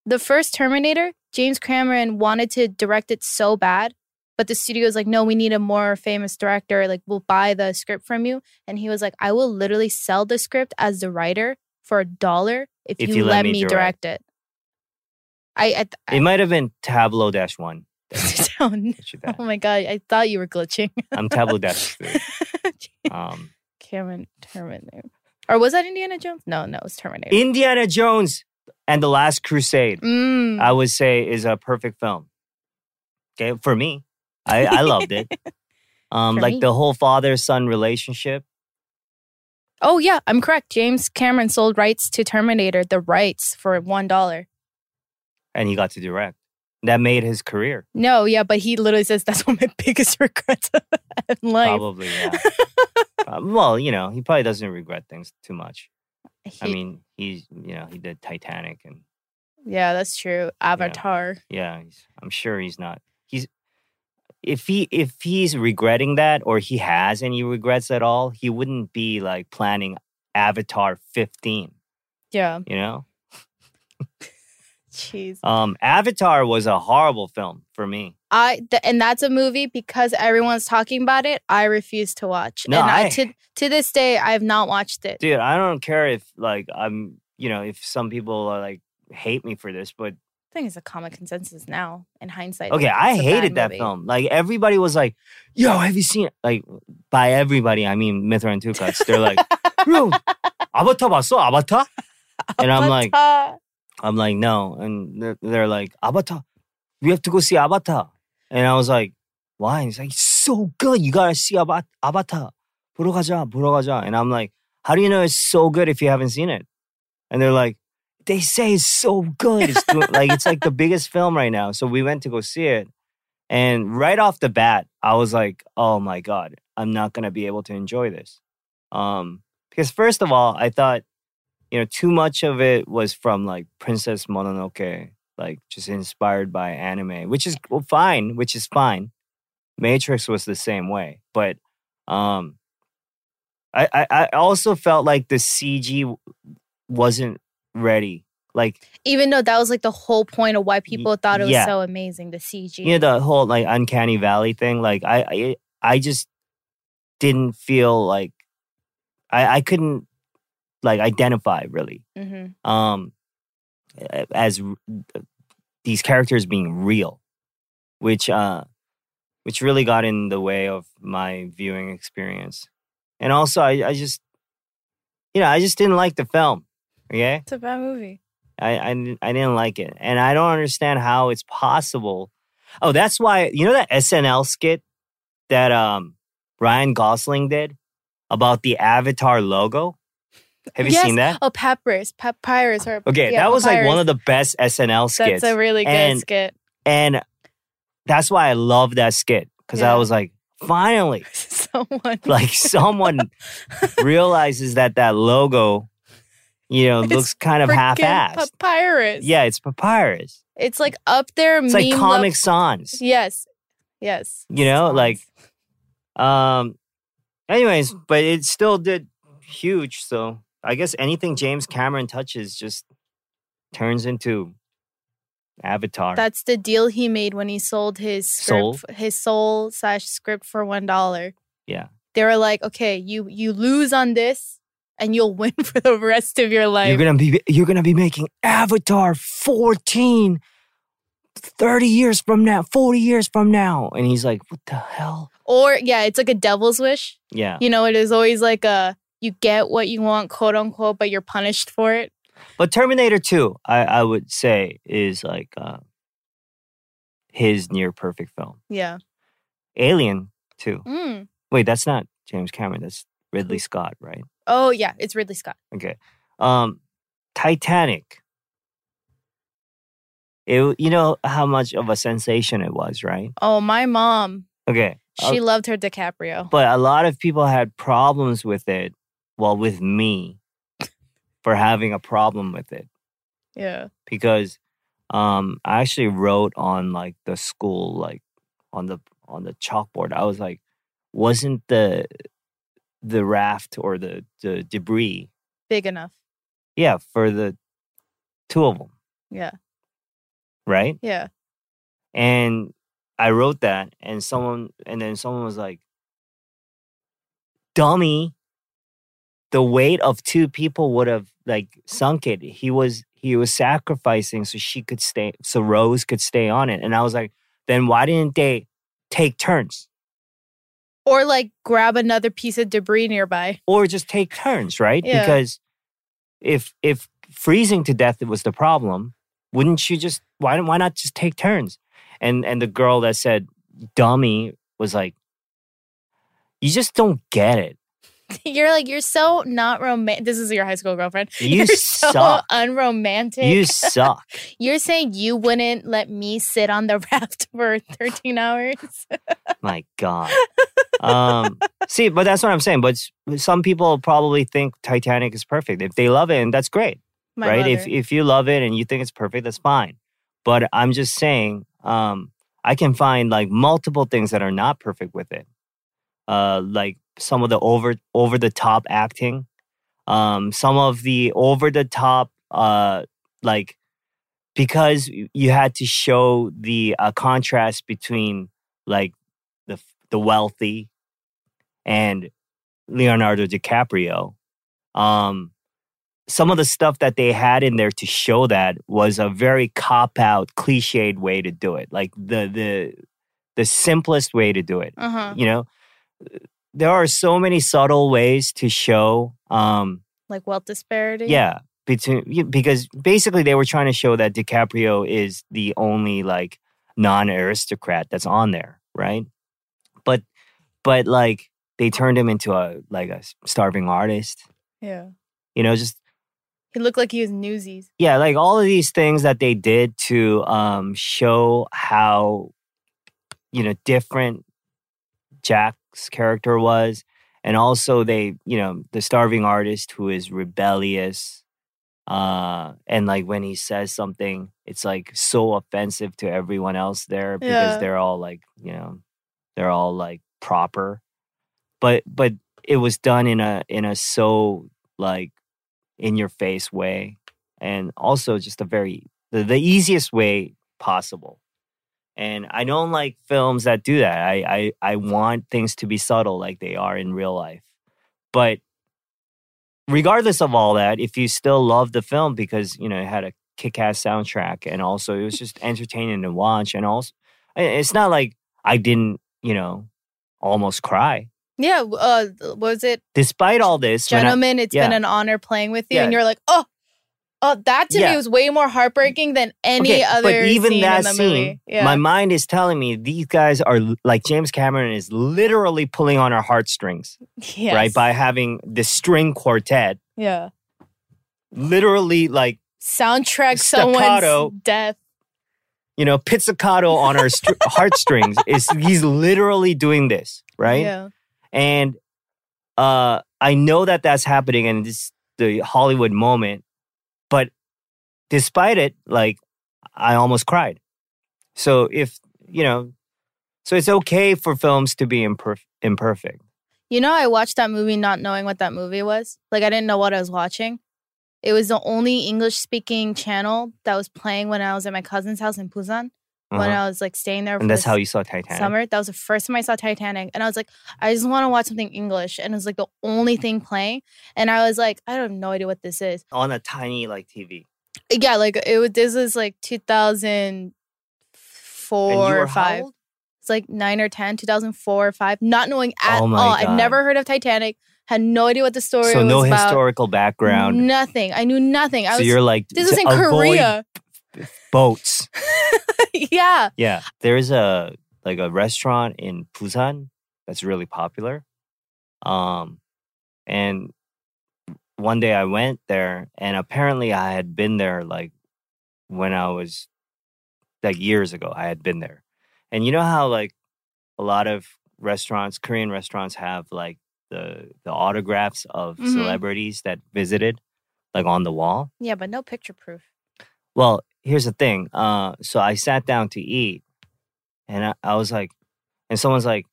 F: The first Terminator, James Cameron wanted to direct it so bad, but the studio was like, "No, we need a more famous director. Like, we'll buy the script from you." And he was like, "I will literally sell the script as the writer for a dollar if, you, let, me direct, it." I, I, th-
E: It might have been Tableau Dash One.
F: I don't
E: Issue
F: know.
E: that.
F: Oh my god, I thought you were glitching.
E: I'm Tableau Dash Three. Um,
F: Cameron Terminator. Or was that Indiana Jones? No, no, it was Terminator.
E: Indiana Jones and the Last Crusade.
F: Mm.
E: I would say is a perfect film. Okay, for me, I, I loved it. Um,
F: For
E: like
F: me.
E: the whole father son relationship.
F: Oh yeah, I'm correct. James Cameron sold rights to Terminator, the rights for one dollar.
E: and he got to direct. That made his career,
F: No, yeah, but he literally says that's one of my biggest regrets in life.
E: probably. Yeah. Uh, well, you know, he probably doesn't regret things too much. I
F: He-
E: mean, he's you know he did Titanic, and
F: yeah, that's true. Avatar.
E: yeah, he's, I'm sure he's not. He's if he if he's regretting that, or he has any regrets at all, he wouldn't be like planning Avatar 15.
F: Yeah,
E: You know,
F: jeez.
E: um, Avatar was a horrible film for me.
F: I th- and that's a movie because everyone's talking about it. I refuse to watch.
E: No,
F: and
E: I-
F: to to this day I have not watched it.
E: dude i don't care if like i'm you know if some people are like hate me for this but
F: I think it's a common consensus now. In hindsight,
E: okay
F: it's
E: i
F: a bad
E: hated that
F: movie.
E: film like everybody was like yo have you seen it? like by everybody i mean mithra and tukas they're like yo avatar 봤어? avatar and i'm like
F: Avatar.
E: i'm like no and they're, they're like avatar we have to go see avatar and i was like why and he's like it's so good you gotta see Ava- avatar 보러 가자, 보러 가자. and i'm like how do you know it's so good if you haven't seen it and they're like they say it's so good it's doing, like it's like the biggest film right now so we went to go see it and right off the bat i was like oh my god i'm not going to be able to enjoy this um because first of all i thought you know too much of it was from like princess mononoke like just inspired by anime which is well, fine which is fine matrix was the same way but um I, I i also felt like the cg wasn't ready like
F: Even though that was like the whole point of why people thought it was
E: yeah.
F: so amazing, the CG.
E: you know the whole like uncanny valley thing like i i, I just didn't feel like i i couldn't like identify really
F: hmm
E: um a- as r- these characters being real which uh which really got in the way of my viewing experience and also i i just you know i just didn't like the film okay
F: It's a bad movie.
E: I, I didn't- I didn't like it, and I don't understand how it's possible. Oh, that's why you know that SNL skit that um Ryan Gosling did about the Avatar logo. Have you
F: Yes.
E: seen that?
F: Oh, Papyrus, Papyrus, or
E: Okay,
F: yeah,
E: that was like one
F: Papyrus.
E: of the best SNL skits,
F: That's a really good
E: And-
F: skit.
E: and that's why I love that skit because I
F: Yeah.
E: was like, finally,
F: Someone
E: like someone realizes that that logo, you know,
F: It's
E: looks kind of
F: freaking
E: half-assed.
F: Papyrus.
E: yeah, it's papyrus.
F: it's like up there.
E: It's
F: meme
E: like Comic Sans.
F: yes, yes.
E: You know,
F: Songs.
E: like- Um. Anyways, but it still did huge. So I guess anything James Cameron touches just turns into Avatar.
F: that's the deal he made when he sold his script,
E: Soul?
F: his soul slash script for one dollar.
E: Yeah.
F: they were like, okay, you you lose on this, and you'll win for the rest of your life.
E: you're gonna be you're gonna be making Avatar 14 30 years from now, 40 years from now. And he's like, what the hell?
F: or yeah, it's like a devil's wish.
E: Yeah.
F: You know, it is always like a you get what you want, quote unquote, but you're punished for it.
E: But Terminator 2, I, I would say, is like uh, his near perfect film.
F: Yeah.
E: Alien 2.
F: Mm.
E: Wait, that's not James Cameron. That's Ridley Scott, right?
F: Oh yeah, it's Ridley Scott.
E: Okay. Um, Titanic. It, you know how much of a sensation it was, right?
F: Oh, my mom.
E: Okay.
F: She loved her DiCaprio.
E: But a lot of people had problems with it. Well, with me for having a problem with it
F: Yeah.
E: because um, I actually wrote on like the school, like on the on the chalkboard. I was like, wasn't the the raft or the the debris?
F: Big enough.
E: Yeah, for the two of them,
F: Yeah.
E: right?
F: Yeah.
E: And I wrote that, and someone, and then someone was like, "Dummy, the weight of two people would have like sunk it. He was he was sacrificing so she could stay, so Rose could stay on it." And I was like, "Then why didn't they take turns,
F: Or like grab another piece of debris nearby.
E: or just take turns, right?
F: Yeah.
E: Because if if freezing to death was the problem, wouldn't you just why why not just take turns?" And and the girl that said dummy was like, you just don't get it.
F: You're like, you're so not romantic. This is your high school girlfriend.
E: You
F: are so
E: suck.
F: unromantic.
E: You suck.
F: You're saying you wouldn't let me sit on the raft for 13 hours?
E: My God. Um, see, but that's what I'm saying. But s- some people probably think Titanic is perfect. If they love it, and that's great,
F: My
E: right? If
F: mother.
E: if you love it and you think it's perfect, that's fine. But I'm just saying, um, I can find like multiple things that are not perfect with it, uh, like some of the over over the top acting, um, some of the over the top uh, like because y- you had to show the uh, contrast between like the f- the wealthy and Leonardo DiCaprio. Um, some of the stuff that they had in there to show that was a very cop out, cliched way to do it. Like the the the simplest way to do it
F: uh-huh.
E: you know there are so many subtle ways to show um
F: Like wealth disparity?
E: yeah between yeah, because basically they were trying to show that DiCaprio is the only like non-aristocrat that's on there right but but like they turned him into a like a starving artist
F: Yeah.
E: you know just
F: He looked like he was newsies.
E: yeah like all of these things that they did to um show how you know different jack's character was and also they you know the starving artist who is rebellious uh and like when he says something it's like so offensive to everyone else there because
F: Yeah.
E: they're all like you know they're all like proper but but it was done in a in a so like in your face way and also just a very the, the easiest way possible and i don't like films that do that I, I i want things to be subtle like they are in real life but regardless of all that if you still love the film because you know it had a kick-ass soundtrack and also it was just entertaining to watch and also i- it's not like i didn't you know almost cry
F: Yeah. w- Uh, what was it?
E: despite all this when I-
F: Gentlemen, It's been
E: yeah.
F: an honor playing with you.
E: Yeah.
F: And you're like, oh, oh, that to
E: Yeah.
F: me was way more heartbreaking than any
E: Okay,
F: other
E: but even
F: scene
E: that
F: in the
E: scene
F: movie. Yeah.
E: my mind is telling me these guys are l- like james cameron is literally pulling on our heartstrings
F: Yes.
E: right by having the string quartet
F: Yeah.
E: literally like
F: Soundtrack
E: Staccato.
F: someone's death.
E: you know pizzicato on our str- heartstrings is he's literally doing this right
F: Yeah.
E: and uh i know that that's happening and this the hollywood moment but despite it like i almost cried so if you know so it's okay for films to be imperf- imperfect
F: You know, I watched that movie not knowing what that movie was. Like, I didn't know what I was watching. It was the only English speaking channel that was playing when I was at my cousin's house in Busan when
E: Uh-huh.
F: I was like staying there. For
E: and that's
F: the
E: how you saw titanic
F: summer. That was the first time I saw Titanic, and I was like, I just want to watch something English, and it was like the only thing playing. And I was like, I have no idea what this is. Uh,
E: on a tiny like tv
F: Yeah, like it was. This is like two thousand
E: and you
F: four
E: were
F: or
E: how
F: five.
E: old?
F: It's like nine or 10, 2004 or five, not knowing
E: Oh
F: at all.
E: my God.
F: I've never heard of Titanic. Had no idea what the story
E: so
F: was
E: no
F: about.
E: historical background
F: Nothing. I knew nothing. I
E: so
F: was.
E: you're like
F: this
E: to
F: is in
E: avoid
F: Korea.
E: boats
F: yeah.
E: Yeah, there's a like a restaurant in Busan that's really popular. Um, and one day I went there, and apparently I had been there like when I was like years ago. I had been there, and you know how like a lot of restaurants, Korean restaurants have like the the autographs of
F: Mhm.
E: celebrities that visited, like on the wall.
F: Yeah, but no picture proof.
E: Well, here's the thing. Uh, so I sat down to eat, and I, I was like, and someone's like,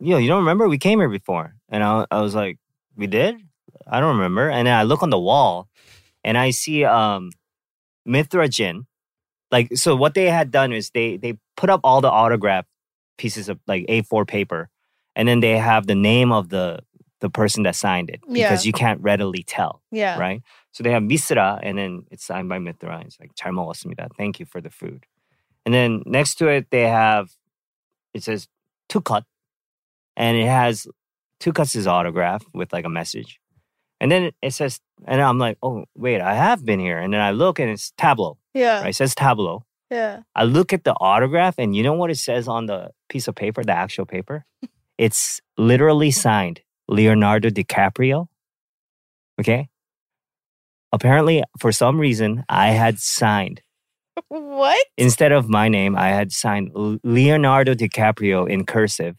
E: "Yo, you don't remember? We came here before." And I, I was like, "We did? I don't remember." And then I look on the wall, and I see um, Mithra Jin. Like, so what they had done is they they put up all the autograph pieces of like A4 paper, and then they have the name of the the person that signed it
F: Yeah.
E: because you can't readily tell
F: Yeah.
E: right? So they have Misra, and then it's signed by Mithra. And it's like, 잘 먹었습니다. Thank you for the food. And then next to it, they have, it says Tukat, and it has Tukat's autograph with like a message. And then it says, and I'm like, oh, wait, I have been here. And then I look and it's Tableau,
F: Yeah.
E: right? It says Tableau.
F: Yeah.
E: I look at the autograph, and you know what it says on the piece of paper, the actual paper? It's literally signed Leonardo DiCaprio. Okay. Apparently, for some reason, I had signed
F: What?
E: instead of my name, I had signed L- Leonardo DiCaprio in cursive,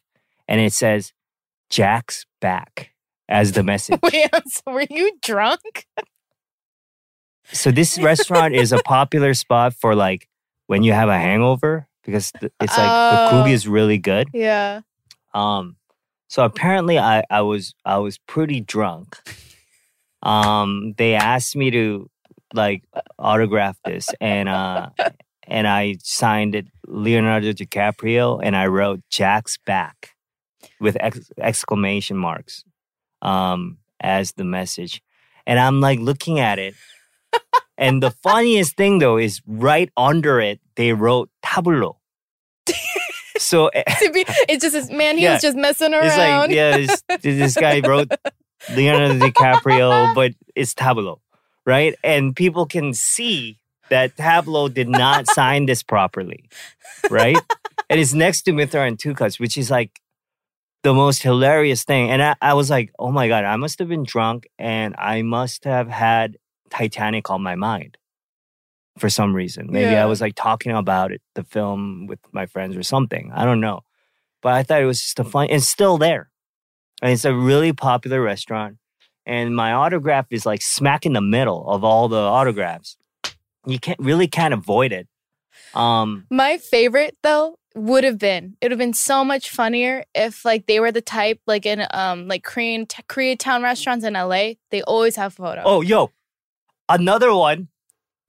E: and it says Jack's back as the message.
F: Wait, I'm so- were you drunk?
E: so this restaurant is a popular spot for like when you have a hangover because th- it's like the
F: Oh.
E: kugi is really good.
F: Yeah.
E: Um, so apparently I, I was I was pretty drunk. Um, they asked me to like autograph this and uh and I signed it Leonardo DiCaprio and I wrote Jack's back with ex- exclamation marks um as the message. And I'm like looking at it. and the funniest thing though is right under it they wrote tableau. so eh,
F: to be, it's just this man. He
E: Yeah.
F: was just messing around.
E: it's like, yeah, this, this guy wrote Leonardo DiCaprio, but it's Tableau, right? And people can see that Tableau did not sign this properly, right? and it's next to Mithra and Tukas, which is like the most hilarious thing. And I, I was like, oh my God, I must have been drunk and I must have had Titanic on my mind for some reason. Maybe
F: Yeah.
E: I was like talking about it, the film with my friends or something. I don't know. But I thought it was just a fun, it's still there. And it's a really popular restaurant. And my autograph is like smack in the middle of all the autographs. You can't really can't avoid it. Um,
F: My favorite though would have been it would have been so much funnier if like they were the type like in um like Korean t- Koreatown restaurants in LA they always have photos.
E: Oh, yo, another one.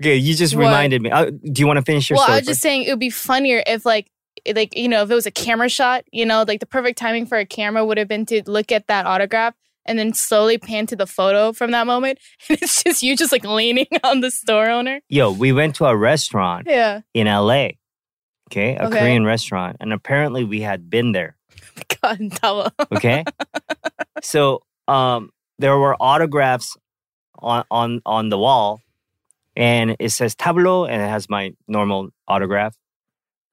E: Okay, you just
F: What?
E: reminded me. Uh, do you want to finish your
F: well, I
E: story?
F: was just saying it would be funnier if like it- like you know if it was a camera shot you know like the perfect timing for a camera would have been to look at that autograph and then slowly pan to the photo from that moment and it's just you just like leaning on the store owner.
E: first? yo, we went to a restaurant
F: Yeah,
E: in LA. Okay, a
F: Okay.
E: Korean restaurant, and apparently we had been there.
F: God, Tawa.
E: Okay, so um, there were autographs on on on the wall, and it says Tableau, and it has my normal autograph.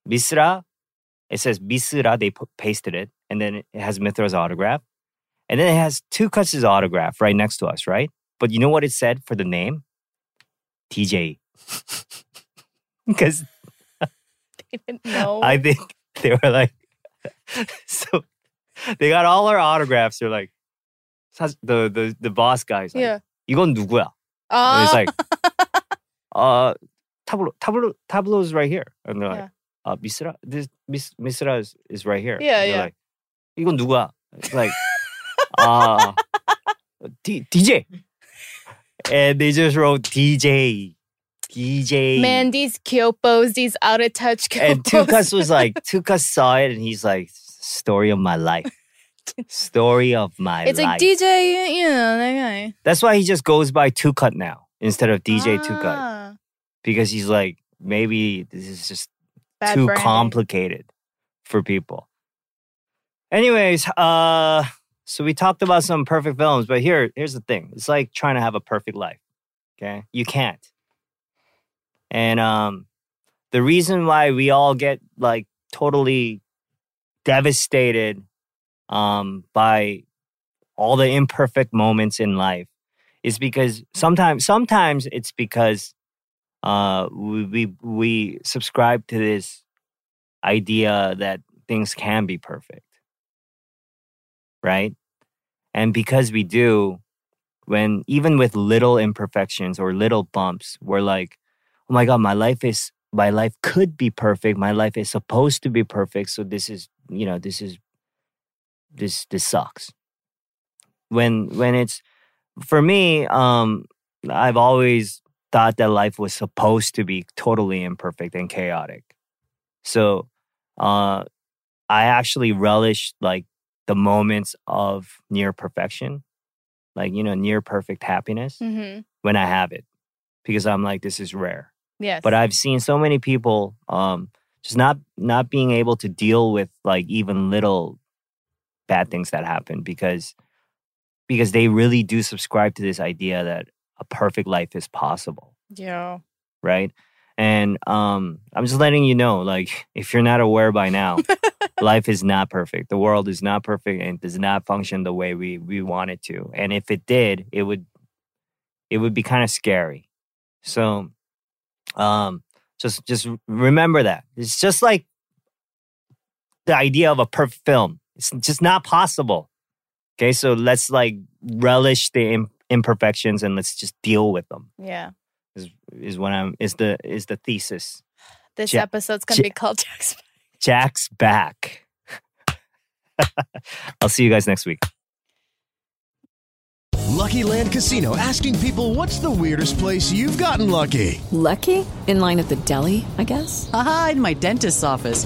E: Bisra, it says Bisra. They put, pasted it, and then it has Mithra's autograph, and then it has two Kutz's autograph right next to us, right? But you know what it said for the name? TJ, because
F: I didn't know.
E: I think they were like, so they got all our autographs. They're like, 사- the the the boss guys. Like,
F: yeah.
E: 이건 누구야? And
F: Oh,
E: it's like, uh, tableau, tableau, tableau is right here. And they're like,
F: Yeah.
E: uh, Misra, this Mis, Misra is, is right here.
F: Yeah,
E: And they're
F: yeah.
E: Like, 이건 누구야? It's like, uh, D, DJ. And they just wrote DJ, DJ.
F: Man, these kyopos, these out of touch kyopos.
E: And Tukas was like, Tukas saw it and he's like, story of my life. Story of my
F: it's
E: life.
F: like DJ, you know that guy.
E: That's why he just goes by Tukat now instead of DJ Tukat
F: Ah,
E: because he's like, maybe this is just
F: bad
E: too
F: branding.
E: complicated for people. Anyways, uh, so we talked about some perfect films, but here, here's the thing: it's like trying to have a perfect life. Okay, you can't. And um, the reason why we all get like totally devastated um, by all the imperfect moments in life is because sometimes, sometimes it's because uh, we, we we subscribe to this idea that things can be perfect, right? And because we do, when even with little imperfections or little bumps, we're like, oh my God, my life is, my life could be perfect. My life is supposed to be perfect. So this is, you know, this is, this, this sucks. When, when it's, for me, um, I've always thought that life was supposed to be totally imperfect and chaotic. So, uh, I actually relish like the moments of near perfection, like, you know, near perfect happiness
F: Mm-hmm.
E: when I have it because I'm like, this is rare.
F: Yes.
E: But I've seen so many people um, just not not being able to deal with like even little bad things that happen because because they really do subscribe to this idea that a perfect life is possible
F: yeah.
E: right? And um, I'm just letting you know, like, if you're not aware by now, life is not perfect. The world is not perfect and does not function the way we we want it to. And if it did, it would it would be kind of scary. So, um, just just remember that it's just like the idea of a perfect film. It's just not possible. Okay, so let's like relish the im- imperfections and let's just deal with them
F: Yeah.
E: is is what I'm is the is the thesis.
F: This
E: Ja-
F: episode's gonna
E: Ja-
F: be called Jack's.
E: Jack's back. I'll see you guys next week.
G: Lucky Land Casino asking people what's the weirdest place you've gotten lucky?
H: Lucky? In line at the deli, I guess?
I: Aha, in my dentist's office.